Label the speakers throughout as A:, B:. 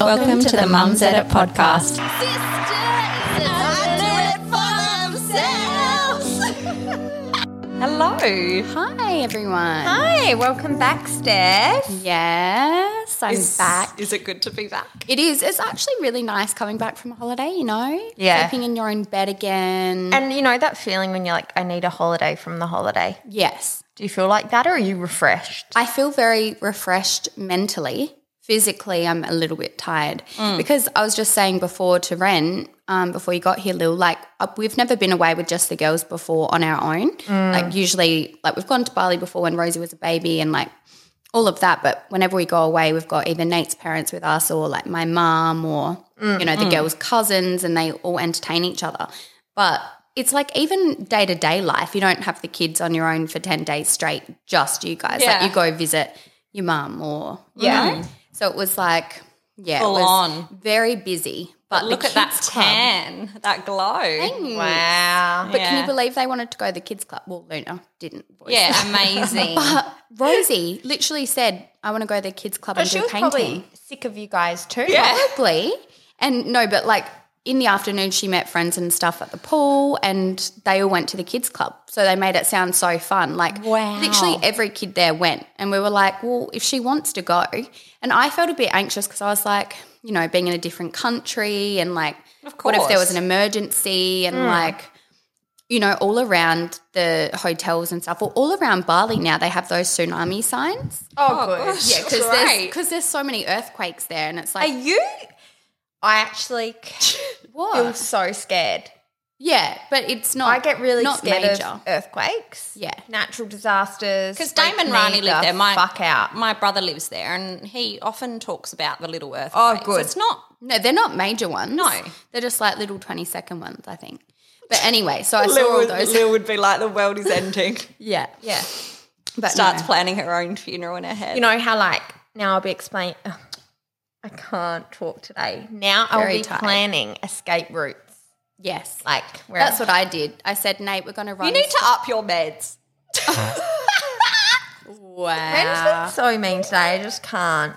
A: Welcome, to, the Mums Edit podcast.
B: Hello.
A: Hi, everyone.
B: Hi, welcome back, Steph.
A: Yes, I'm back.
B: Is it good to be back?
A: It is. It's actually really nice coming back from a holiday, you know?
B: Yeah.
A: Sleeping in your own bed again.
B: And you know that feeling when you're like, I need a holiday from the holiday.
A: yes.
B: Do you feel like that or are you refreshed?
A: I feel very refreshed mentally. Physically, I'm a little bit tired because I was just saying before to Ren, um, before you got here, Lil, like uh, we've never been away with just the girls before on our own. Like usually, like we've gone to Bali before when Rosie was a baby and like all of that. But whenever we go away, we've got either Nate's parents with us or like my mum or, you know, the girls' cousins and they all entertain each other. But it's like even day to day life, you don't have the kids on your own for 10 days straight, just you guys.
C: Yeah.
A: Like you go visit your mum or, you
B: Yeah.
A: know? So it was like, yeah,
C: Full
A: it was
C: on.
A: very busy. But,
C: Look
A: the
C: at that
A: kids club-
C: tan, that glow.
A: Thanks.
B: Wow.
A: But can
C: Yeah.
A: you believe they wanted to go to the kids' club? Well, Luna didn't. voice
C: Yeah,
A: that.
C: amazing.
A: But Rosie literally said, I want to go to the kids' club
B: But
A: and
B: she
A: do
B: was
A: painting.
B: probably sick of you guys too.
C: yeah.
A: Probably. And no, but like in the afternoon, she met friends and stuff at the pool, and they all went to the kids' club. So they made it sound so fun. Like,
C: Wow.
A: literally every kid there went. And we were like, well, if she wants to go. And I felt a bit anxious because I was like, you know, being in a different country and like, what if there was
C: course. Hmm.
A: an emergency and like, you know, all around the hotels and stuff, or all around Bali now, they have those tsunami signs.
B: Oh,
C: Oh,
B: good.
C: gosh.
B: Yeah.
A: Yeah, because there's,
C: Great.
A: 'cause there's so many earthquakes there, and it's
B: Are
A: like,
B: you? I actually
A: what?
B: feel so scared.
A: Yeah, but it's not.
B: I get really
A: not
B: scared
A: major.
B: of earthquakes.
A: Yeah.
B: Natural disasters.
C: Because
B: freak
C: Damon
B: me
C: Rani lived
B: the
C: there. My,
B: fuck out.
C: my brother lives there, and he often talks about the little earthquakes.
B: good.
C: It's not.
A: No, they're not major ones.
C: No.
A: they're just like little twenty-second ones, I think. But anyway, so I saw all those.
C: would be like, the world is ending.
A: Yeah,
B: yeah.
A: but
C: Starts
A: no.
C: planning her own funeral in her head.
B: You know how like now I'll be explaining. I can't talk today. Now I'll
A: Very
B: be
A: tight.
B: planning escape routes.
A: Yes,
B: Like where
A: that's what I did. I said, Nate, we're going to run.
C: you need to up your meds.
A: wow.
B: Ben's been so mean today. I just can't.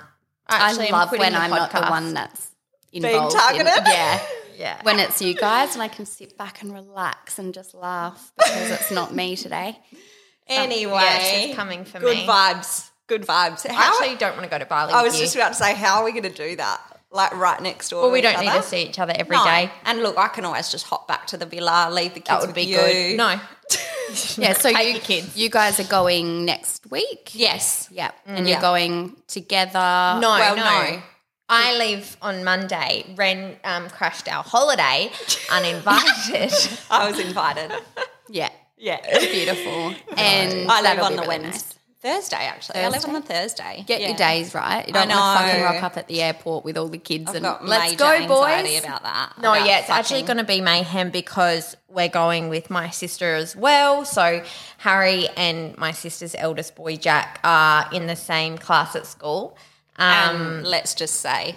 A: I
B: am
A: love
B: quitting
A: when
B: the
A: I'm not the
B: podcast.
A: one that's involved. In,
C: targeted?
A: yeah.
B: Yeah.
A: When it's you guys and I can sit back and relax and just laugh because it's not me today.
C: Anyway,
B: Yeah, she's coming for
C: good
B: me.
C: vibes. Good vibes.
B: I
C: How,
B: actually don't want to go to Bali.
C: I
B: with
C: was
B: you.
C: just about to say, how are we going to do that? Like right next door.
B: Well,
C: to
B: we
C: each
B: don't need
C: other?
B: to see each other every
C: No.
B: day.
C: And look, I can always just hop back to the villa, leave the kids
B: That would
C: with
B: be
C: you.
B: good. No.
A: Yeah, so
B: Take
A: you,
B: your kids.
A: you guys are going next week.
C: Yes.
A: Yeah, and you're going together.
B: No,
C: Well,
B: no.
C: no.
B: I leave on Monday. Ren um, crashed our holiday uninvited.
C: I was invited.
A: Yeah.
C: yeah.
A: Beautiful. And
C: I live
A: that'll
C: on
A: be
C: the
A: really
C: Wednesday.
A: nice.
C: Thursday, actually. I live on the Thursday.
A: Get
C: Yeah.
A: your days right. You don't
C: I
A: want to
C: know.
A: fucking rock up at the airport with all the kids
C: I've
A: and
C: got
A: let's
C: major
A: go,
C: anxiety
A: boys.
C: about that.
B: No,
C: about
B: yeah, it's actually
C: fucking-
B: going to be mayhem because we're going with my sister as well. So Harry and my sister's eldest boy Jack are in the same class at school. Um,
C: Um, let's just say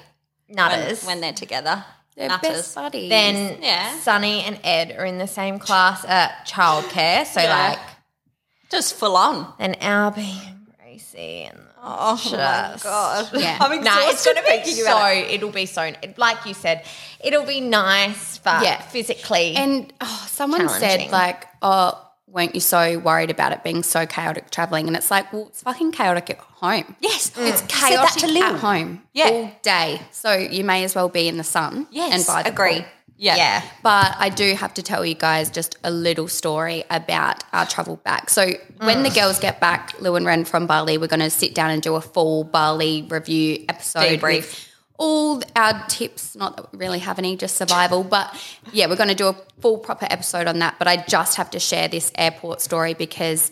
B: nutters.
C: when they're together,
A: They're
C: nutters.
A: best buddies.
B: then
C: yeah.
B: Sunny and Ed are in the same class at childcare. So
C: Yeah.
B: like
C: just full on.
B: an Albie and Gracie and
C: Oh my god!
A: Yeah.
C: I'm exhausted
B: Nah, it's gonna be
C: thinking about
B: so.
C: it.
B: It. will be so. Like you said, it'll be nice, but
A: Yeah.
B: physically,
A: And oh, someone said
B: Challenging.
A: like, "Oh, weren't you so worried about it being so chaotic traveling?" And it's like, well, it's fucking chaotic at home.
C: Yes, it's
A: Said that to Lou. at home
C: Yeah.
A: all day, so you may as well be in the sun.
C: Yes,
A: and by the
C: agree.
A: pool.
C: Yeah.
B: yeah.
A: But I do have to tell you guys just a little story about our travel back. So when the girls get back, Lou and Ren from Bali, we're going to sit down and do a full Bali review episode. with
C: Debrief.
A: All our tips, not that we really have any, just survival. But yeah, we're going to do a full proper episode on that. But I just have to share this airport story because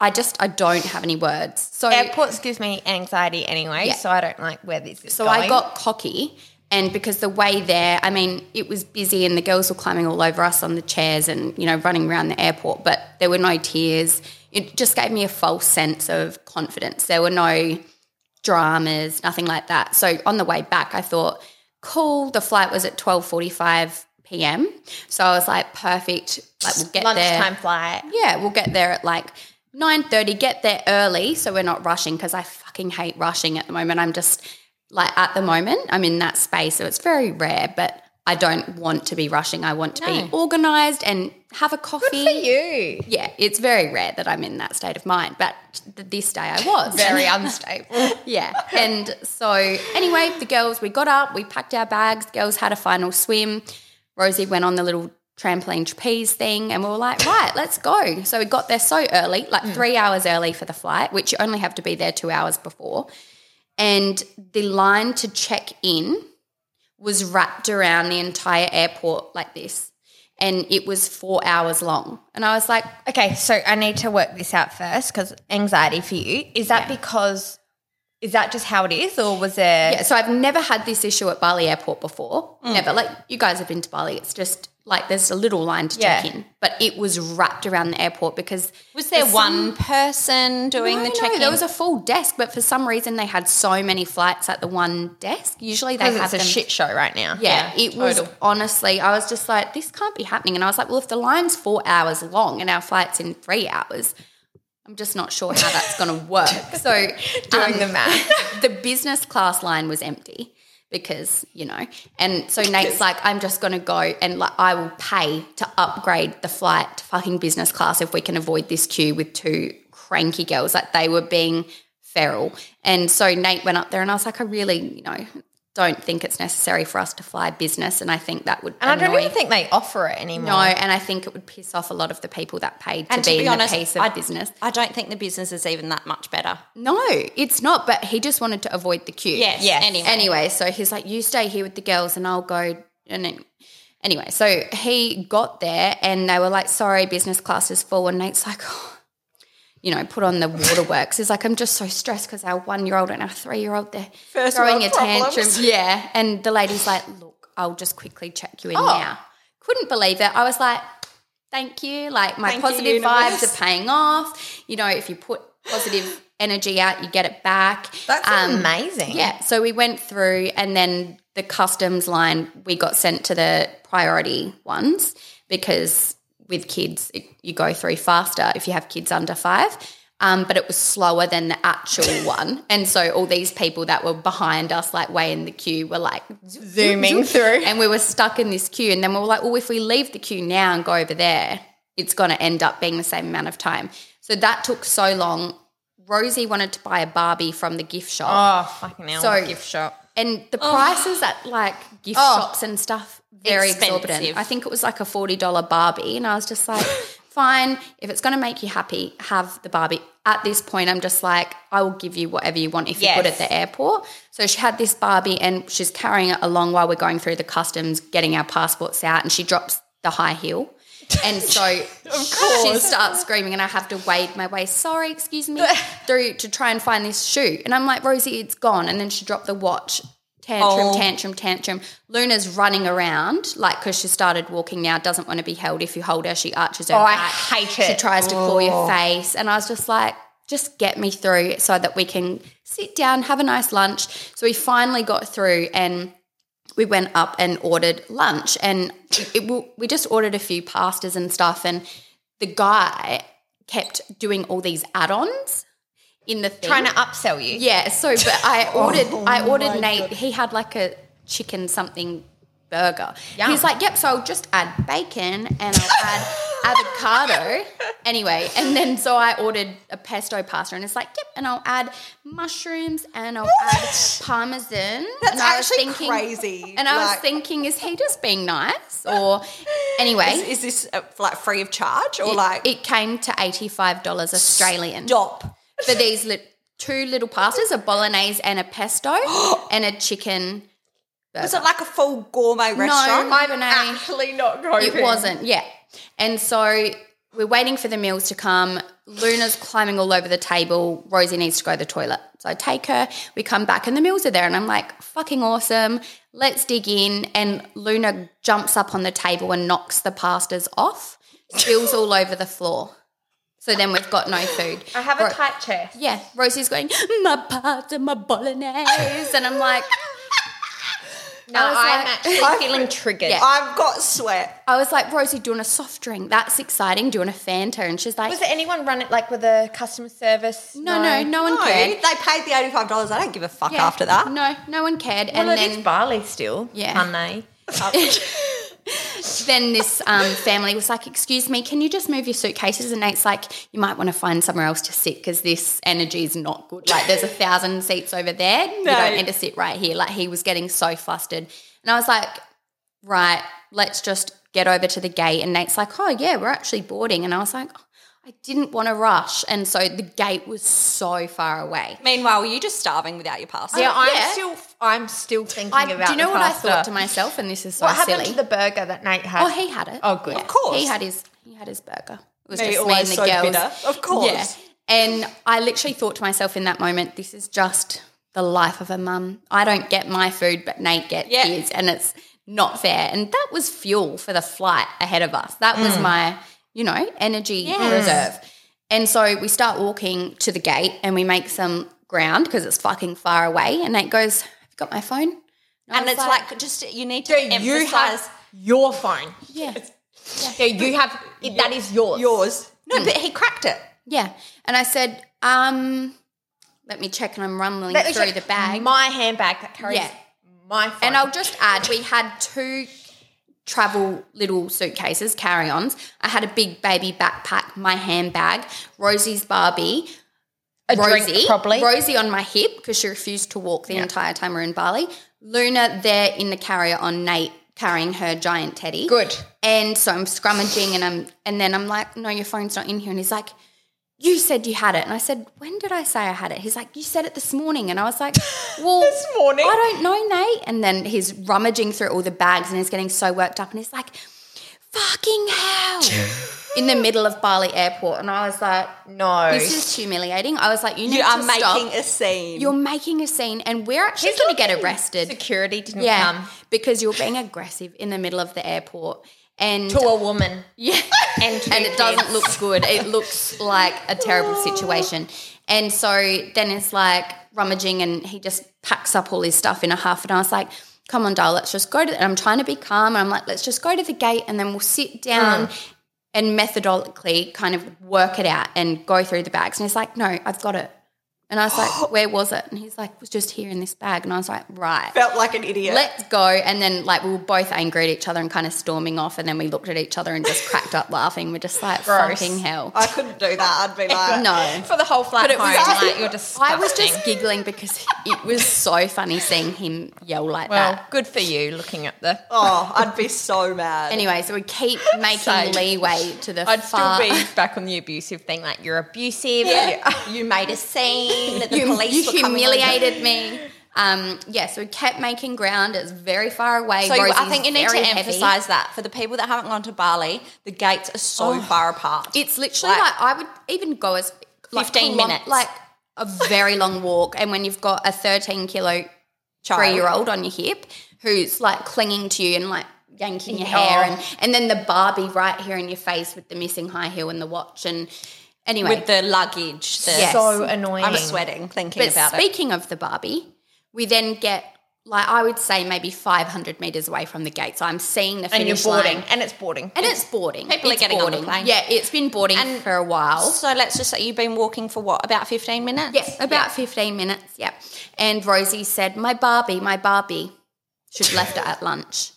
A: I just I don't have any words. So
B: Airports gives me anxiety anyway,
A: Yeah.
B: so I don't like where this is
A: So
B: going.
A: I got cocky. And because the way there, I mean, it was busy and the girls were climbing all over us on the chairs and, you know, running around the airport, but there were no tears. It just gave me a false sense of confidence. There were no dramas, nothing like that. So on the way back, I thought, cool, the flight was at 12.45 p.m. So I was like, perfect, like we'll get there.
B: lunchtime flight.
A: Yeah, we'll get there at like 9:30, get there early so we're not rushing because I fucking hate rushing at the moment. I'm just Like at the moment, I'm in that space, so it's very rare, but I don't want to be rushing. I want to be organized and have a coffee.
B: you.
A: Yeah, it's very rare that I'm in that state of mind, but th- this day I was.
B: Very unstable.
A: Yeah. And so, anyway, the girls, we got up, we packed our bags, girls had a final swim. Rosie went on the little trampoline trapeze thing, and we were like, right, let's go. So, we got there so early, like three hours early for the flight, which you only have to be there two hours before. And the line to check in was wrapped around the entire airport like this. And it was four hours long. And I was like,
B: Okay, so I need to work this out first because anxiety for you is that because is that just how it is, or was there?
A: Yeah, so I've never had this issue at Bali Airport before.
C: Mm.
A: Never. Like you guys have been to Bali. It's just like there's a little line to
B: Yeah.
A: check in, but it was wrapped around the airport because
C: Was there one person doing
A: No,
C: the
A: no,
C: check-in?
A: there was a full desk, but for some reason they had so many flights at the one desk. Usually they
B: 'Cause
A: have
B: it's a
A: them
B: shit show right now.
A: yeah, it was
C: total.
A: honestly, I was just like, this can't be happening. And I was like, well, if the line's four hours long and our flight's in three hours, I'm just not sure how that's going to work. So,
B: Doing the math.
A: the business class line was empty because, you know, and so Nate's like, I'm just going to go and like, I will pay to upgrade the flight to fucking business class if we can avoid this queue with two cranky girls. Like, they were being feral. And so Nate went up there and I was like, I really, you know, don't think it's necessary for us to fly business. And I think that would
B: and I don't
A: annoy-
B: even think they offer it anymore.
A: no, and I think it would piss off a lot of the people that paid to
C: And
A: be, in a piece of
C: I-
A: business.
C: I don't think the business is even that much better.
A: No, it's not. But he just wanted to avoid the queue.
C: Yes.
B: Yes.
C: Anyway.
A: Anyway, so he's like, "You stay here with the girls, and I'll go." And then, anyway, so he got there, and they were like, "Sorry, business class is full." And Nate's like, oh, "You know, put on the waterworks." He's like, "I'm just so stressed because our one-year-old and our three-year-old they're throwing a
B: world
A: tantrum."
B: problems.
A: Yeah, and the lady's like, "Look, I'll just quickly check you
C: Oh.
A: in now." Couldn't believe it. I was like, "Thank you." Like my
C: Thank you,
A: positive
C: universe.
A: vibes are paying off. You know, if you put positive energy out, you get it back.
B: that's
A: Um,
B: amazing.
A: yeah, so we went through, and then the customs line, we got sent to the priority ones because with kids, it, you go through faster if you have kids under five. Um, but it was slower than the actual one. And so all these people that were behind us, like way in the queue, were like
B: zooming through.
A: and we were stuck in this queue. And then we were like, well, if we leave the queue now and go over there, it's going to end up being the same amount of time. So that took so long. Rosie wanted to buy a Barbie from the gift shop.
B: Oh fucking hell!
A: So-
B: gift shop. Oh.
A: And the prices at like gift shops and stuff, very exorbitant.
C: Expensive.
A: I think it was like a $40 Barbie. And I was just like, fine, if it's going to make you happy, have the Barbie. At this point, I'm just like, I will give you whatever you want if you put it
B: Yes.
A: at the airport. So she had this Barbie and she's carrying it along while we're going through the customs, getting our passports out, and she drops the high heel. And so she starts screaming, and I have to wade my way, sorry, excuse me, through to try and find this shoe. And I'm like, Rosie, it's gone. And then she dropped the watch. Tantrum,
C: Oh.
A: tantrum, tantrum. Luna's running around, like, because she started walking now, doesn't want to be held. If you hold her, she arches her
B: Oh, I
A: back.
B: hate
A: She
B: it. Oh.
A: tries to claw your face. And I was just like, just get me through so that we can sit down, have a nice lunch. So we finally got through and we went up and ordered lunch. And it, we- we just ordered a few pastas and stuff. And the guy kept doing all these add ons in the thing.
B: Trying to upsell you.
A: Yeah, so but I
D: Oh
A: ordered I ordered Nate he had like a chicken something burger.
B: Yum.
A: He's like, Yep, so I'll just add bacon and I'll add avocado. Anyway, and then so I ordered a pesto pasta and it's like, Yep, and I'll add mushrooms and I'll add parmesan. That's and I was
D: actually crazy,
A: And I was
D: like-
A: thinking, is he just being nice? Or anyway.
D: Is this uh, like free of charge or like
A: it came to eighty five dollars Australian
D: stop?
A: for these li- two little pastas, a bolognese and a pesto, and a chicken.
D: Was it like a full gourmet restaurant?
A: No, Ibanez.
B: Actually, not going.
A: It wasn't, yeah. And so we're waiting for the meals to come. Luna's climbing all over the table. Rosie needs to go to the toilet. So I take her. We come back and the meals are there. And I'm like, fucking awesome. Let's dig in. And Luna jumps up on the table and knocks the pastas off, spills all over the floor. So then we've got no food.
B: I have a
A: Ro-
B: tight chest.
A: yeah, Rosie's going, my pasta, my bolognese. And I'm like,
B: No,
A: I was
B: I'm
A: like-
B: actually
D: I've-
B: feeling triggered.
D: I've got sweat.
A: I was like, Rosie, doing a soft drink. That's exciting. Doing a Fanta. And she's like,
B: Was there anyone run it like with a customer service?
A: no, no, no one
D: No, they
A: cared.
D: paid the eighty-five dollars. I don't give a fuck
A: Yeah.
D: after that.
A: No, no one cared.
B: Well,
A: and
B: it
A: then
B: is barley still.
A: Yeah.
B: Aren't they?
A: then this um, family was like, "Excuse me, can you just move your suitcases?" And Nate's like, "You might want to find somewhere else to sit because this energy is not good. Like, there's a thousand seats over there. You don't need to sit right here." Like, he was getting so flustered, and I was like, "Right, let's just get over to the gate." And Nate's like, "Oh yeah, we're actually boarding," and I was like. "Oh, I didn't want to rush, and so the gate was so far away.
D: Meanwhile, were you just starving without your passport?
B: Yeah, I'm
A: Oh, yeah.
B: still I'm still thinking
A: I,
B: about.
A: do you know
B: the
A: what I
B: pasta.
A: thought to myself? And this is so
B: What happened
A: silly.
B: to the burger that Nate had?
A: Oh, he had it.
B: Oh, good.
A: Yeah.
B: Of
D: course.
A: he had his he had his burger. It was
D: Me,
A: just me and
D: always
A: the
D: so
A: girls.
D: bitter. Of course.
A: Yeah. And I literally thought to myself in that moment, this is just the life of a mum. I don't get my food, but Nate gets
D: Yeah.
A: his, and it's not fair. And that was fuel for the flight ahead of us. That
D: Mm.
A: was my, you know, energy reserve. And so we start walking to the gate, and we make some ground because it's fucking far away. And Nate goes, "Have you got my phone?" And, I
D: and
A: was
D: it's like, just you need to emphasize
B: you have your phone.
A: "Yeah."
B: Yeah, you have that is yours.
D: yours. No, but he cracked it.
A: Yeah. And I said, um, let me check and I'm rumbling
B: Let me
A: through
B: check
A: the bag.
B: My handbag that carries
A: Yeah.
B: my phone.
A: and I'll just add, we had two travel little suitcases, carry ons. I had a big baby backpack, my handbag, Rosie's Barbie,
B: a
A: Rosie,
B: drink probably.
A: Rosie on my hip because she refused to walk the entire time we we're in Bali. Luna there in the carrier on Nate carrying her giant teddy.
B: Good.
A: And so I'm scrummaging and I'm and then I'm like, no, your phone's not in here. And he's like, you said you had it. And I said, when did I say I had it? He's like, you said it this morning. And I was like, well, this
B: morning?
A: I don't know, Nate. And then he's rummaging through all the bags and he's getting so worked up and he's like, fucking hell. in the middle of Bali airport. And I was like,
B: No.
A: this is humiliating. I was like, you need
D: You
A: to
D: are
A: stop.
D: making a scene.
A: You're making a scene, and we're actually
B: He's
A: going to get
B: looking-
A: arrested.
B: Security didn't
A: Yeah,
B: come
A: because you're being aggressive in the middle of the airport, and
B: to a woman.
A: yeah, and, it doesn't look good. It looks like a terrible situation. And so then it's like rummaging, and he just packs up all his stuff in a huff. And I was like, "Come on, doll, let's just go to." And I'm trying to be calm, and I'm like, "Let's just go to the gate, and then we'll sit down." And methodically kind of work it out and go through the bags. And he's like, No, I've got it. And I was like, Where was it? And he's like, It was just here in this bag. And I was like, Right
D: felt like an idiot.
A: let's go. And then like we were both angry at each other and kind of storming off. And then we looked at each other and just cracked up laughing. We're just like,
B: Gross.
A: fucking hell.
D: I couldn't do that. I'd be like,
A: no.
B: For the whole flight
A: it was-
B: home, like, you're disgusting.
A: I was just giggling because it was so funny seeing him yell like
B: well,
A: that.
B: good for you looking at the.
D: Oh, I'd be so mad.
A: Anyway, so we keep making
B: Same.
A: leeway to the
B: I'd
A: far.
B: still be back on the abusive thing, like you're abusive.
D: you made a scene. The
A: you,
D: police
A: you
D: were coming over.
A: humiliated me. Um, yeah, so we kept making ground. It's very far away.
D: So you- I
A: Rosie's
D: think you need to
A: very heavy.
D: emphasize that for the people that haven't gone to Bali, the gates are so far apart.
A: It's literally
D: Like-
A: like, I would even go as like
D: 15
A: kilo-
D: minutes.
A: like a very long walk. And when you've got a thirteen kilo three year old on your hip who's like clinging to you and like yanking your hair,
B: Yeah.
A: and
D: Oh.
A: and then the Barbie right here in your face with the missing high heel and the watch, and anyway.
D: with the luggage. The,
A: Yes.
B: So annoying.
D: I'm sweating thinking
A: but
D: about it.
A: speaking of the Barbie, we then get. Like I would say, maybe 500 meters away from the gate, so I'm seeing the finish
B: and you're boarding,
A: line,
B: and it's boarding.
A: and it's boarding.
D: People are
A: It's
D: getting on the
A: boarding.
D: plane.
A: Yeah, it's been boarding
D: And-
A: for a while.
D: So let's just say you've been walking for what about 15 minutes?
A: Yes, about 15 minutes. Yeah. And Rosie said, My Barbie, my Barbie. She'd left it at lunch.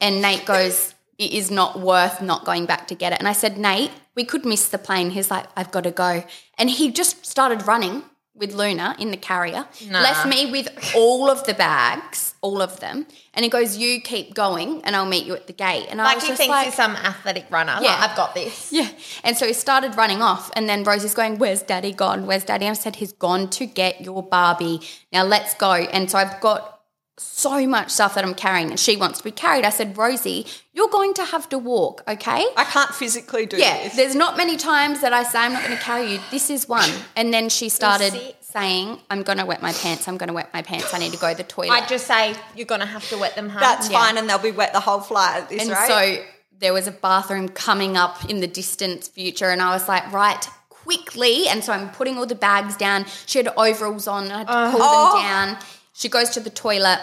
A: And Nate goes, It is not worth not going back to get it. And I said, Nate, we could miss the plane. He's like, I've got to go. And he just started running with Luna in the carrier, left me with all of the bags, all of them. And he goes, You keep going and I'll meet you at the gate. And I
B: like
A: was
B: he
A: just
B: thinks
A: like,
B: he's some athletic runner. Yeah,
A: Yeah.
B: like, I've got this.
A: yeah. And so he started running off. And then Rosie's going, Where's daddy gone? Where's daddy? I said, He's gone to get your Barbie. Now let's go. And so I've got so much stuff that I'm carrying and she wants to be carried. I said, Rosie, you're going to have to walk, okay?
D: I can't physically do
A: Yeah.
D: this.
A: There's not many times that I say I'm not going to carry you. This is one. And then she started
B: sick.
A: saying, I'm going to wet my pants. I'm going to wet my pants. I need to go to the toilet.
B: I just say you're gonna have to wet them hard.
D: That's fine, and they'll be wet the whole flight at this
A: And
D: rate.
A: so there was a bathroom coming up in the distant future, and I was like, right, quickly. And so I'm putting all the bags
B: Uh-huh.
A: down. She had overalls on, and I had to pull them down. She goes to the toilet.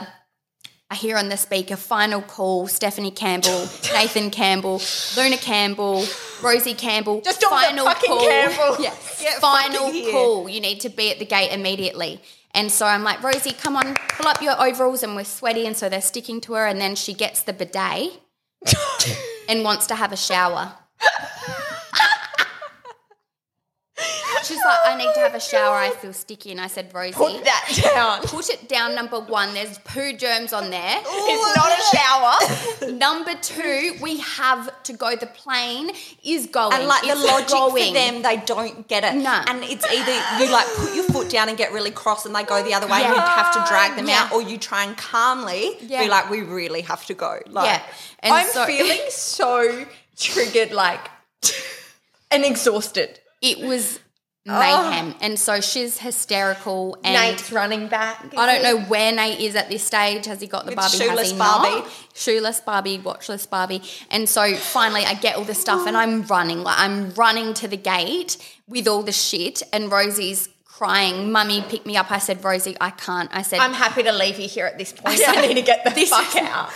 A: I hear on the speaker final call Stephanie Campbell, Nathan Campbell, Luna Campbell, Rosie Campbell.
B: Just all the fucking Campbells.
A: Yes.
B: Get
A: final
B: fucking here.
A: call. You need to be at the gate immediately. And so I'm like, Rosie, come on, pull up your overalls. And we're sweaty. And so they're sticking to her. And then she gets the bidet and wants to have a shower. She's like, I need to
D: Oh
A: have a shower. I feel sticky. And I said, Rosie,
B: Put that down.
A: put it down, number one. There's poo germs on there.
D: Oh.
B: It's not a shower.
A: Number two, we have to go. The plane is going.
D: And like
A: It's
D: the logic
A: going.
D: for them, they don't get it.
A: No.
D: And it's either you like put your foot down and get really cross and they go the other way and you have to drag them
A: Yeah.
D: out, or you try and calmly
A: Yeah.
D: be like, we really have to go. Like,
A: Yeah. And
B: I'm
A: so
B: feeling so triggered, like, and exhausted.
A: it was
D: Oh.
A: mayhem. And so she's hysterical. And
B: Nate's running back.
A: I don't know where Nate is at this stage. Has he got the Barbie? Has
D: shoeless
A: he
D: Barbie.
A: not? Shoeless Barbie, watchless Barbie. And so finally, I get all the stuff and I'm running. Like I'm running to the gate with all the shit. And Rosie's crying, "Mummy, pick me up!" I said, "Rosie, I can't." I said,
B: I'm happy to leave you here at this point. I need to get the fuck out.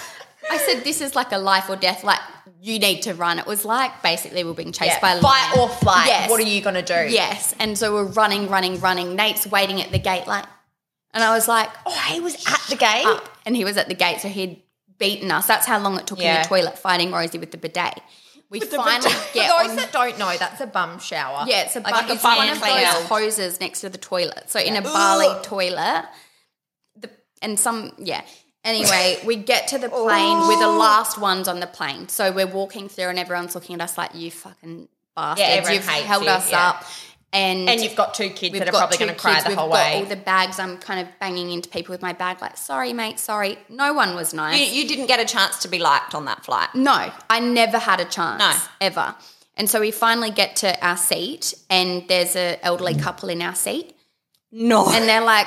A: I said, this is like a life or death. Like, you need to run. It was like basically we we're being chased
B: Yeah.
A: by a
B: Fight
A: lion.
B: or flight.
A: Yes.
B: What are you going to do?
A: Yes. And so we're running, running, running. Nate's waiting at the gate, like, and I was like,
B: Oh, he was at the gate.
A: up. And he was at the gate, so he'd beaten us. That's how long it took in
B: Yeah.
A: the toilet fighting Rosie with the bidet. We finally get
B: For
A: on.
B: those that don't know, that's a bum shower.
A: Yeah, it's a
B: Like
A: bu-
B: a
A: it's one
B: bum
A: of
B: clean
A: those
B: out.
A: hoses next to the toilet. So in a Bali toilet, the and some yeah. Anyway, we get to the plane. We're the last ones on the plane, so we're walking through, and everyone's looking at us like you fucking bastards.
B: everyone
A: You've
B: hates
A: held
B: you,
A: us
B: yeah.
A: up, and
B: And you've got two kids
A: We've
B: that are
A: got
B: probably
A: two
B: going to cry
A: kids,
B: the
A: we've
B: whole
A: got
B: way.
A: all the bags. I'm kind of banging into people with my bag, like, sorry, mate, sorry. No one was nice.
D: You, you didn't get a chance to be liked on that flight.
A: No, I never had a chance.
D: No.
A: Ever. And so we finally get to our seat and there's an elderly couple in our seat.
D: No.
A: And they're like,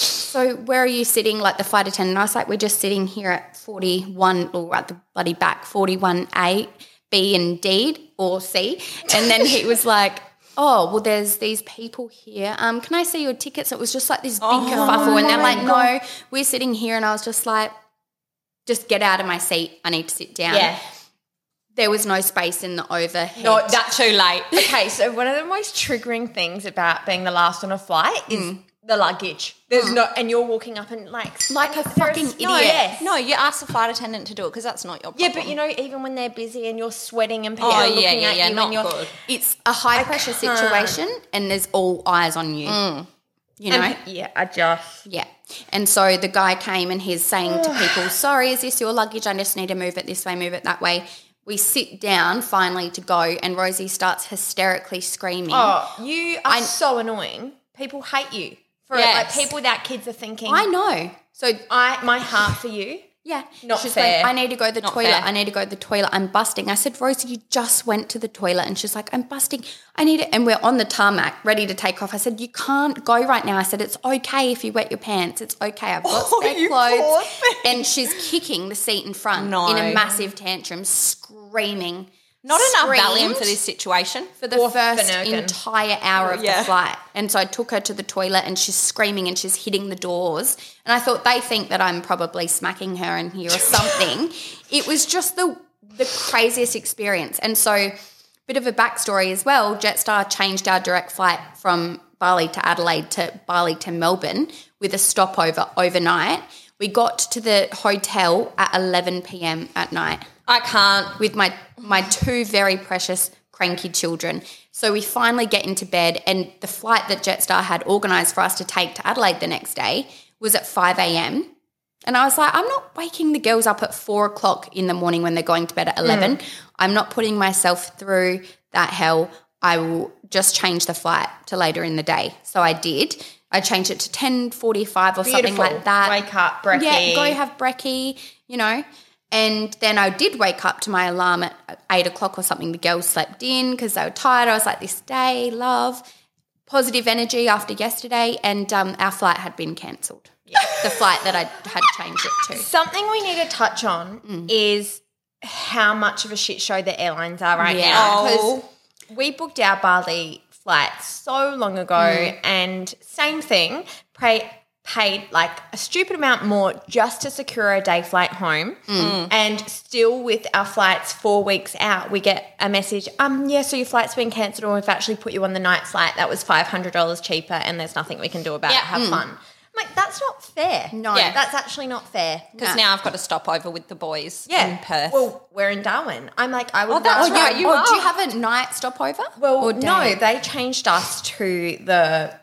A: So where are you sitting? Like the flight attendant. And I was like, We're just sitting here at 41 or at the bloody back, 41A, B and D or C. And then he was like, Oh, well, there's these people here. Um, can I see your tickets? It was just like this big kerfuffle. And they're like, No, we're sitting here. And I was just like, Just get out of my seat. I need to sit down
B: yeah.
A: there was no space in the overhead.
B: No, that's too late. Okay, so one of the most triggering things about being the last on a flight is
A: Mm.
B: the luggage. There's no, and you're walking up and like,
A: like a fucking idiot.
B: no, yes.
D: No, you ask the flight attendant to do it because that's not your problem.
B: yeah, but you know, even when they're busy and you're sweating and people
D: Oh,
B: are
D: yeah,
B: looking
D: yeah,
B: at
D: yeah,
B: you
D: not
B: and you're,
D: good.
A: It's a high pressure
B: can't. Mm.
A: situation and there's all eyes on you. You know?
B: and- yeah, I just
A: yeah. And so the guy came and he's saying to people, sorry, is this your luggage? I just need to move it this way, move it that way. We sit down finally to go and Rosie starts hysterically screaming.
B: Oh, you are so annoying. People hate you for it.
A: Yes.
B: Like people without kids are thinking. I,
A: I know. So
B: my heart for you.
A: Yeah.
B: Not
A: she's
B: fair.
A: like, I need to go to the toilet.
B: fair.
A: I need to go to the toilet. I'm busting. I said, Rosie, you just went to the toilet. And she's like, I'm busting. I need it. And we're on the tarmac, ready to take off. I said, You can't go right now. I said, It's okay if you wet your pants. It's okay. I've got
B: Oh,
A: spare clothes. And she's kicking the seat in front
D: No.
A: in a massive tantrum, screaming.
D: not enough Valium
A: Screamed
D: for this situation.
A: for the
B: Or
A: first
B: Finnegan.
A: entire hour of
D: Yeah.
A: the flight. And so I took her to the toilet and she's screaming and she's hitting the doors. And I thought they think that I'm probably smacking her in here or something. it was just the the craziest experience. And so bit of a backstory as well, Jetstar changed our direct flight from Bali to Adelaide to Bali to Melbourne with a stopover overnight. We got to the hotel at 11 p.m. at night
D: I can't.
A: with my my two very precious cranky children. So we finally get into bed, and the flight that Jetstar had organised for us to take to Adelaide the next day was at five a.m. And I was like, I'm not waking the girls up at four o'clock in the morning when they're going to bed at eleven. I'm not putting myself through that hell. I will just change the flight to later in the day. So I did. I changed it to ten forty-five or something
B: Beautiful.
A: like that.
B: Wake up, brekkie.
A: Yeah, go have brekkie, you know. And then I did wake up to my alarm at eight o'clock or something. The girls slept in because they were tired. I was like, this day, love, positive energy after yesterday. And um, our flight had been cancelled. the flight that I had changed it to.
B: Something we need to touch on is how much of a shit show the airlines are right
A: Yeah.
B: now. 'Cause
D: Oh.
B: we booked our Bali flight so long ago, and same thing. Pay, paid like a stupid amount more just to secure a day flight home. And still, with our flights four weeks out, we get a message, um, yeah, so your flight's been cancelled, or we've actually put you on the night flight. That was $500 cheaper, and there's nothing we can do about it.
C: Yeah.
B: Have fun. I'm like, that's not fair.
A: No.
C: Yeah.
B: That's actually not fair.
C: Because now I've got a stopover with the boys
B: Yeah.
C: in Perth.
B: Well, we're in Darwin. I'm like, I would
C: Oh, that's
B: rather-
C: right, you
A: oh,
C: are.
A: do you have a night stopover?
B: Well,
A: or
B: no,
A: day?
B: they changed us to the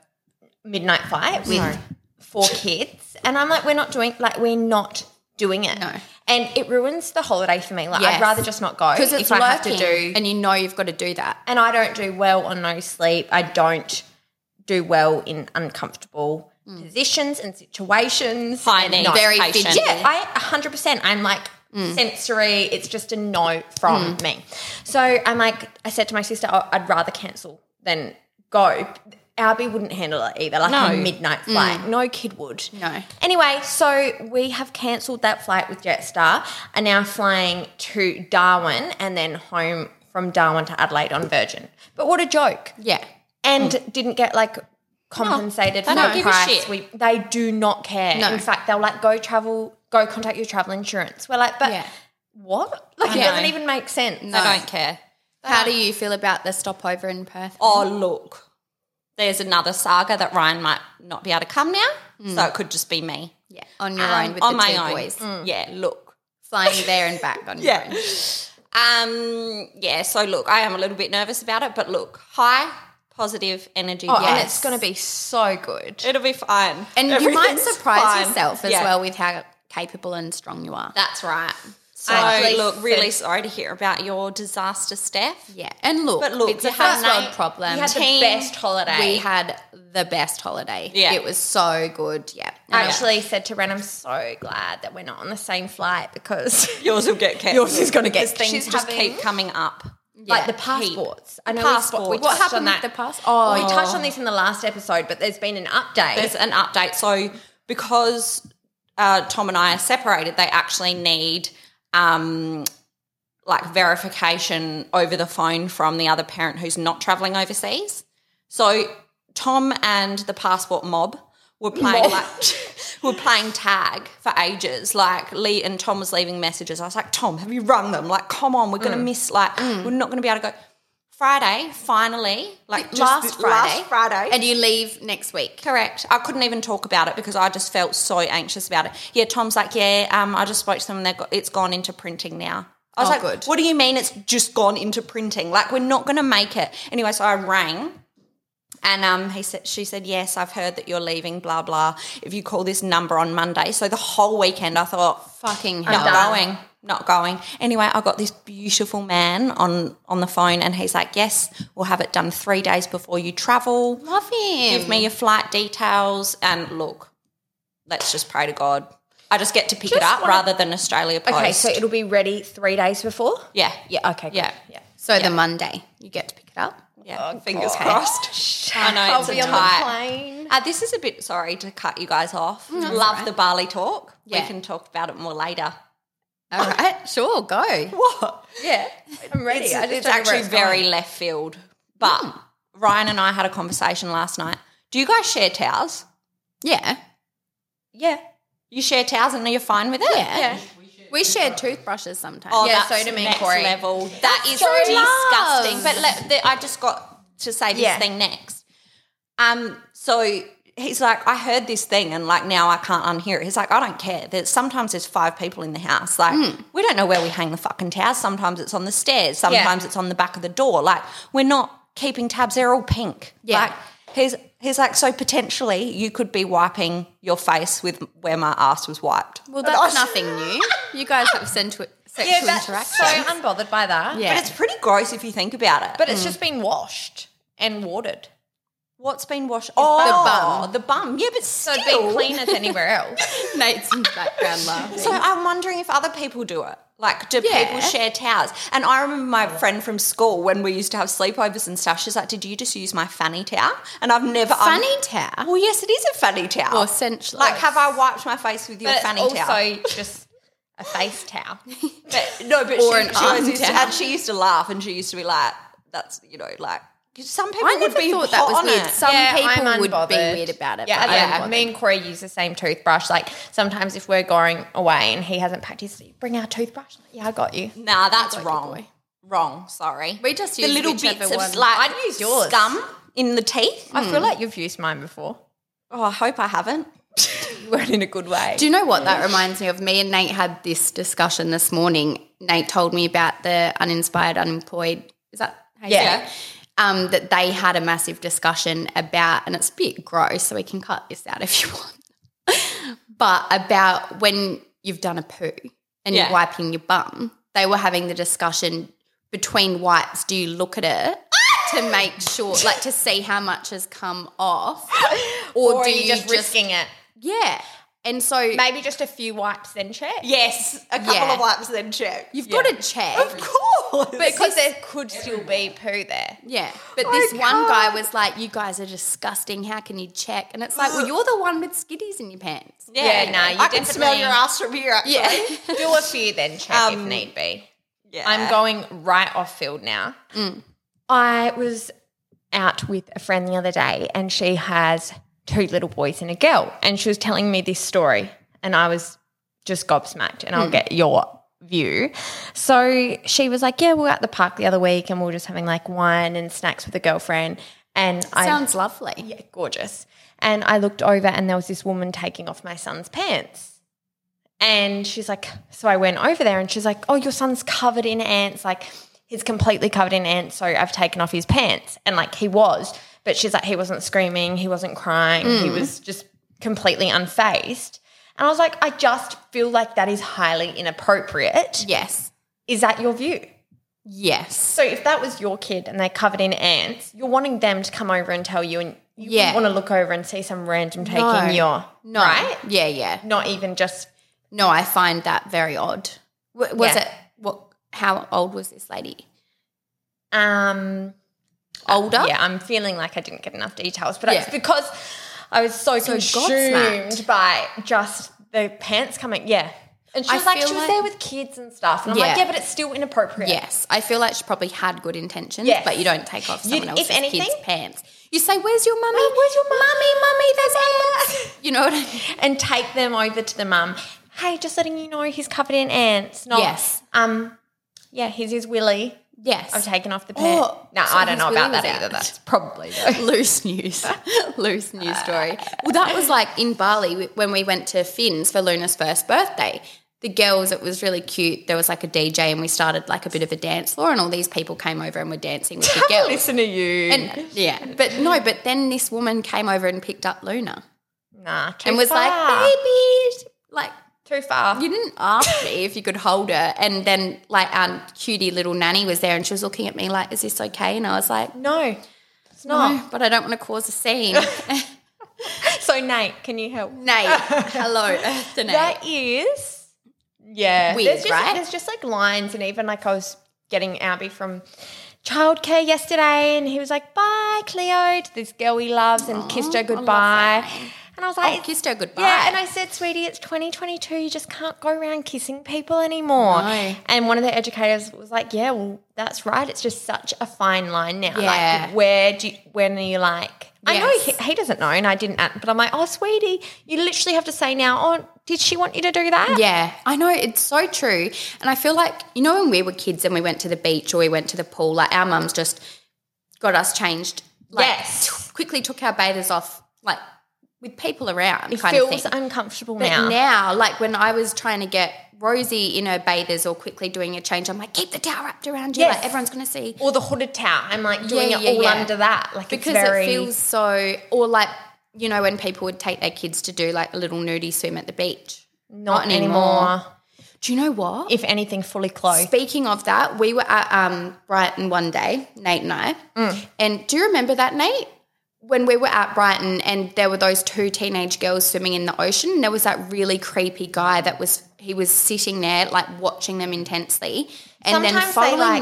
B: midnight flight with four kids, and I'm like, we're not doing like we're not doing it.
A: No.
B: and it ruins the holiday for me. Like, I'd
A: Yes.
B: rather just not go
A: because it's
B: if I
A: working,
B: have to do.
A: and you know you've got to do that.
B: And I don't do well on no sleep. I don't do well in uncomfortable positions and situations.
C: High
B: and
C: need,
B: not-
A: very
C: patient.
A: fidgety.
B: yeah, I 100%. I'm like sensory. It's just a no from me. So I'm like, I said to my sister, oh, I'd rather cancel than go. Albie wouldn't handle it either, like a midnight flight. No kid would.
A: No.
B: Anyway, so we have cancelled that flight with Jetstar and now flying to Darwin and then home from Darwin to Adelaide on Virgin. But what a joke.
A: Yeah,
B: And didn't get like compensated
C: they
B: for
C: don't
B: the
C: give a
B: price.
C: shit.
B: We, they do not care.
A: No.
B: In fact, they'll like go travel, go contact your travel insurance. We're like, but
A: yeah.
B: what? Like it
C: know.
B: doesn't even make sense.
C: I don't care.
A: How do you feel about the stopover in Perth?
C: Oh, look. There's another saga that Ryan might not be able to come now.
B: Hmm.
C: So it could just be me.
A: yeah, on your
C: Um,
A: own with
C: on
A: the
C: my
A: two
C: own.
A: boys,
D: Hmm.
C: Mm. Yeah, look.
A: flying there and back on
C: Yeah.
A: your own.
C: Um, yeah, so look, I am a little bit nervous about it, but look, high positive energy.
B: Oh,
C: yes.
B: And it's going to be so good.
C: It'll be fine.
A: And you might
C: Everything's
A: surprise
C: fine.
A: yourself as
C: Yeah.
A: well with how capable and strong you are.
C: That's right. So
B: actually
C: look,
B: said-
C: really sorry to hear about your disaster, Steph.
A: yeah, and look,
C: But look,
A: it's a
C: you had
A: first
C: an
A: world
C: eight-
A: problem.
B: you had the
C: team-
B: best holiday.
A: we had the best holiday.
C: Yeah.
A: it was so good. Yeah,
B: I actually said to Ren, I'm so glad that we're not on the same flight because
C: Yours will get cancelled.
B: Yours is gonna get-
C: Because Things
B: She's
C: just
B: having-
C: keep coming up.
B: like the
A: Yeah.
B: passports. I know
C: Passports.
B: We, spo- we
C: What
B: touched on
A: happened
B: that.
A: with the pass? Oh,
B: we touched on this in the last episode, but there's been an update.
C: There's an update. So because uh, Tom and I are separated, they actually need um, like verification over the phone from the other parent who's not traveling overseas. So Tom and the passport mob were playing like were playing tag for ages. Like Lee and Tom was leaving messages. I was like, Tom, have you rung them? Like, come on, we're gonna miss. Like, we're not gonna be able to go. Friday, finally, like just
A: last Friday,
C: last Friday,
A: and you leave next week.
C: Correct. I couldn't even talk about it because I just felt so anxious about it. Yeah, Tom's like, yeah, um, I just spoke to them and they got, it's gone into printing now. I was
A: Oh,
C: like,
A: good.
C: what do you mean it's just gone into printing? Like, we're not going to make it. Anyway, so I rang and um, he said, she said, yes, I've heard that you're leaving, blah, blah, if you call this number on Monday. So the whole weekend I thought,
A: Fucking
C: not
A: hell.
C: going not going anyway i got this beautiful man on on the phone and he's like yes we'll have it done three days before you travel
A: Love him.
C: give me your flight details and look let's just pray to god i just get to pick it
B: Just
C: up
B: wanna-
C: rather than australia post
B: okay, so it'll be ready three days before.
C: yeah
B: Yeah. Okay.
C: yeah
B: Yeah.
A: So the Monday, you get to pick it up.
C: yeah fingers
B: Oh, God.
C: crossed i know it's
B: I'll
C: a
B: be on
C: Oh, tight
B: the plane.
C: uh, this is a bit sorry to cut you guys off love the barley talk
A: Yeah.
C: we can talk about it more later
A: All right, sure, go.
C: what
B: Yeah, I'm ready.
C: it's,
B: I just
C: it's
B: don't know
C: actually
B: where going.
C: very left field but
B: Hmm.
C: ryan and i had a conversation last night do you guys share towels
A: Yeah,
B: yeah.
C: you share towels and you're fine with it
A: yeah.
B: Yeah.
A: We share toothbrushes sometimes.
C: Oh,
B: Yeah,
C: that's
B: so do me and
C: next
B: Corey.
C: level. That is
A: so
C: disgusting.
A: love.
C: But let, the, I just got to say this
B: Yeah.
C: thing next. Um, so he's like, I heard this thing, and like now I can't unhear it. He's like, I don't care. There's sometimes there's five people in the house. Like
B: Hmm.
C: we don't know where we hang the fucking towels. Sometimes it's on the stairs. Sometimes it's on the back of the door. Like we're not keeping tabs. They're all pink.
A: Yeah.
C: Like, He's, he's like, so potentially you could be wiping your face with where my ass was wiped.
A: well, that's nothing new. You guys have sentu- sexual
B: Yeah, that's so
A: interaction.
B: unbothered by that.
A: yeah,
C: But it's pretty gross if you think about it.
B: But it's just been washed and watered.
C: What's been washed? Oh,
A: bum.
C: the bum. Yeah, but
B: So
C: still.
B: it'd been cleaner than anywhere else.
A: Nate's in the background laughing.
C: So I'm wondering if other people do it. Like, do
A: Yeah.
C: people share towels? And I remember my friend from school when we used to have sleepovers and stuff. She's like, "Did you just use my fanny towel?" And I've never I'm-
A: Funny towel?
C: well, yes, it is a fanny towel.
A: Well, essentially.
C: like, have I wiped my face with your
B: But
C: fanny
B: also
C: towel?
B: just a face towel.
C: But, no, but
A: Or
C: she,
A: an
C: she always
A: arm
C: used to,
A: towel.
C: and she used to laugh and she used to be like, "That's you know, like Some people
A: I
C: would
A: never
C: be
A: thought that
C: hot
A: was
C: on
A: weird.
C: it.
A: Some
B: Yeah,
A: people
B: I'm
A: would be
B: unbothered.
A: weird about it.
B: Yeah,
A: but I'm
B: I don't,
A: bothered.
B: me and Corey use the same toothbrush. Like sometimes if we're going away and he hasn't packed his, bring our toothbrush. Yeah, I got you.
C: Nah, that's wrong. Wrong. Sorry.
A: We just
C: the
A: use
C: little
A: whichever
C: bits of
A: one.
C: like
B: I'd use yours.
C: scum in the teeth.
B: I feel like you've used mine before.
C: Oh, I hope I haven't.
B: You weren't in a good way.
A: Do you know what that reminds me of? Me and Nate had this discussion this morning. Nate told me about the uninspired, unemployed. Is that how you say
B: Yeah.
A: it? Um, that they had a massive discussion about, and it's a bit gross, so we can cut this out if you want. but about when you've done a poo and
C: Yeah.
A: you're wiping your bum, they were having the discussion between wipes. Do you look at it? To make sure, like to see how much has come off, or,
B: or
A: do
B: are you just risking it?
A: yeah. And so
B: Maybe just a few wipes then check.
C: Yes, a couple
A: Yeah.
C: of wipes then check.
A: You've got to check.
C: of course.
B: Because there could still be poo there.
A: yeah. But this one guy was like, You guys are disgusting. How can you check? And it's like, Well, you're the one with skiddies in your pants.
B: Yeah, no, you
C: I can smell
B: definitely-
C: your ass from here. Actually.
A: Yeah.
B: Do a few then check if need be. Mm.
C: Yeah.
B: Um, I'm going right off field now. I was out with a friend the other day and she has two little boys and a girl. And she was telling me this story and I was just gobsmacked and I'll get your view. So she was like, Yeah, we were at the park the other week and we were just having like wine and snacks with a girlfriend. And I
A: Sounds lovely.
B: yeah, gorgeous. And I looked over and there was this woman taking off my son's pants. And she's like, so I went over there and she's like, oh, your son's covered in ants. Like, he's completely covered in ants. So I've taken off his pants. And like, he was, but she's like, he wasn't screaming. He wasn't crying. He was just completely unfazed. And I was like, I just feel like that is highly inappropriate.
A: Yes.
B: Is that your view?
A: Yes.
B: So if that was your kid and they're covered in ants, you're wanting them to come over and tell you, and you
A: Yeah.
B: want to look over and see some random taking
A: No.
B: your
A: No.
B: right,
A: Yeah, yeah.
B: not even just
A: No, I find that very odd. W- was
B: Yeah.
A: it what how old was this lady?
B: um.
A: Older?
B: Yeah, I'm feeling like I didn't get enough details, but it's
A: Yeah.
B: because I was so, consumed
A: gobsmacked.
B: by just the pants coming. Yeah. And she
A: I
B: was like, she
A: feel
B: was
A: like-
B: there with kids and stuff. And I'm like,
A: Yeah.
B: yeah, but it's still inappropriate.
A: Yes. I feel like she probably had good intentions,
B: Yes.
A: but you don't take off
B: You-
A: someone
B: if
A: else's
B: anything-
A: kid's pants. You say, Where's your mummy?
B: Where's your mummy? Mummy, there's ants.
A: You know what I mean?
B: and take them over to the mum. Hey, just letting you know he's covered in ants. Not,
A: Yes.
B: Um. Yeah, here's his willy.
A: Yes.
B: I've taken off the pant.
A: Oh,
B: no,
A: so
B: I don't
A: his
B: know about
A: willy
B: that
A: was
B: either.
A: out.
B: That's probably
A: loose news, loose news story. Well, that was like in Bali when we went to Finn's for Luna's first birthday. The girls, it was really cute. There was like a DJ, and we started like a bit of a dance floor, and all these people came over and were dancing with the girls.
B: to you.
A: And yeah, but no, but then this woman came over and picked up Luna
B: nah, too
A: and was
B: far.
A: like, "Baby, like
B: too far.
A: you didn't ask me if you could hold her." And then like our cutie little nanny was there, and she was looking at me like, "Is this okay?" And I was like,
B: no, it's not.
A: "No, but I don't want to cause a scene."
B: So Nate, can you help?
A: Nate, hello, Earth to Nate.
B: That is, yeah,
A: Weird,
B: there's just,
A: right?
B: There's just like lines, and even like I was getting Albie from childcare yesterday, and he was like, "Bye, Cleo," to this girl he loves, and kissed her goodbye. And I was like,
A: I kissed her goodbye.
B: Yeah, and I said, sweetie, it's 2022. You just can't go around kissing people anymore.
A: No.
B: And one of the educators was like, yeah, well, that's right. It's just such a fine line now.
A: Yeah.
B: Like, where do you, when are you like, I know
A: Yes.
B: he, he doesn't know and I didn't, act, but I'm like, oh, sweetie, you literally have to say now, oh, did she want you to do that?
A: yeah, I know it's so true, and I feel like you know when we were kids and we went to the beach or we went to the pool, like our mums just got us changed. Like,
B: Yes.
A: t- quickly took our bathers off, like with people around,
B: It
A: kind of
B: feels
A: thing.
B: uncomfortable
A: But
B: now.
A: now. like when I was trying to get Rosie in her bathers or quickly doing a change, I'm like, keep the towel wrapped around you,
B: Yes.
A: like everyone's going to see.
B: or the hooded towel. I'm like doing
A: Yeah,
B: it
A: yeah,
B: all
A: yeah.
B: under that. Like
A: because
B: it's very,
A: it feels so or like you know when people would take their kids to do like a little nudie swim at the beach
B: not,
A: not
B: anymore.
A: anymore. do you know what
B: If anything, fully clothed.
A: speaking of that we were at um, brighton one day nate and i
B: Mm.
A: and do you remember that nate when we were at brighton and there were those two teenage girls swimming in the ocean and there was that really creepy guy that was he was sitting there like watching them intensely and then following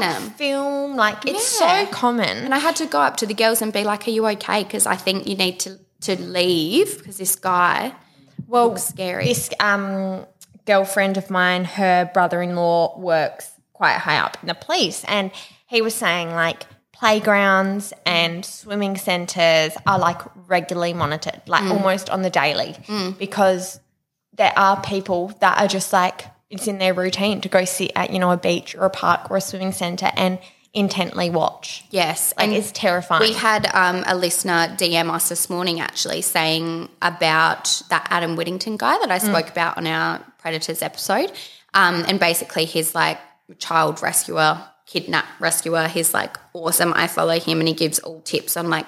B: like
A: them
B: film like it's
A: Yeah.
B: so common.
A: And I had to go up to the girls and be like, "Are you okay? Because I think you need to to leave because this guy well looks scary."
B: this um, girlfriend of mine, her brother in law works quite high up in the police, and he was saying like. playgrounds and swimming centres are like regularly monitored, like
A: Mm.
B: almost on the daily, because there are people that are just like it's in their routine to go sit at you know a beach or a park or a swimming centre and intently watch.
A: Yes.
B: Like
A: and
B: it's terrifying.
A: we had um, a listener DM us this morning actually saying about that Adam Whittington guy that I spoke about on our Predators episode. Um, and basically, he's like child rescuer, kidnap rescuer. He's like awesome. I follow him and he gives all tips on like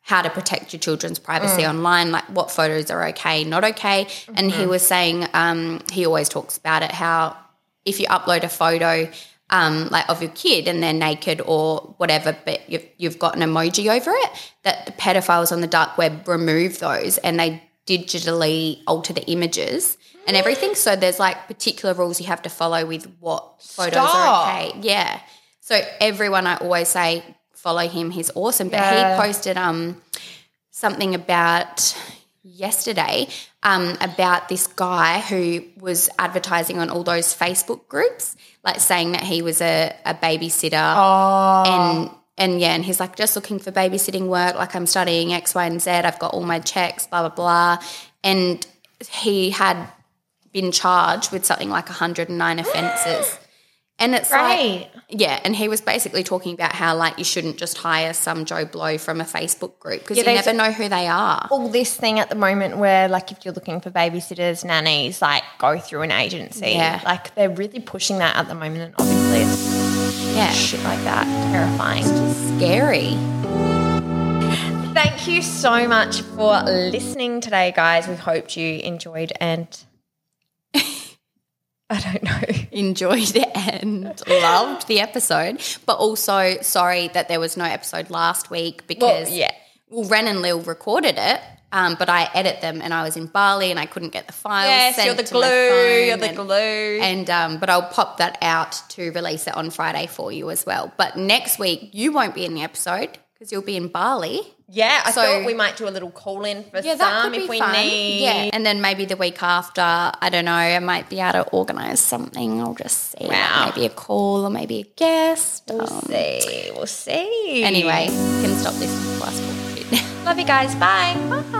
A: how to protect your children's privacy online, like what photos are okay, not okay. And he was saying um, he always talks about it how if you upload a photo um, like of your kid and they're naked or whatever, but you've, you've got an emoji over it, that the pedophiles on the dark web remove those and they digitally alter the images and everything. So there's like particular rules you have to follow with what photos
B: Stop.
A: are okay. Yeah. So everyone, I always say follow him. He's awesome. But
B: Yeah.
A: he posted um something about yesterday um, about this guy who was advertising on all those Facebook groups, like saying that he was a, a babysitter. And and yeah, and he's like, just looking for babysitting work. Like I'm studying X, Y, and Z. I've got all my checks, blah blah blah. And he had been charged with something like 109 offences. And it's
B: Right.
A: like, yeah, and he was basically talking about how like you shouldn't just hire some Joe Blow from a Facebook group because you
B: there's-
A: never know who they are.
B: all this thing at the moment where like if you're looking for babysitters, nannies, like go through an agency.
A: Yeah.
B: Like they're really pushing that at the moment and obviously it's
A: Yeah,
B: shit like that. Terrifying.
A: scary.
B: Thank you so much for listening today, guys. We hoped you enjoyed and I don't know.
A: Enjoyed and loved the episode, but also sorry that there was no episode last week because
B: yeah.
A: well, Ren and Lil recorded it. Um, but I edit them, and I was in Bali, and I couldn't get the files.
C: Yes,
A: sent
C: you're the
A: to my
C: glue. You're
A: phone
C: the
A: and-
C: glue.
A: And um, but I'll pop that out to release it on Friday for you as well. But next week you won't be in the episode because you'll be in Bali.
B: Yeah, I
A: So-
B: thought we might do a little call in for
A: Yeah, that
B: some
A: could be
B: if we
A: fun.
B: need.
A: Yeah, and then maybe the week after, I don't know. I might be able to organise something. I'll just see. like,
B: Wow.
A: maybe a call or maybe a guest. Um,
B: We'll see. We'll see.
A: anyway, you can stop this whilst we're
B: Love you guys. Bye. Bye.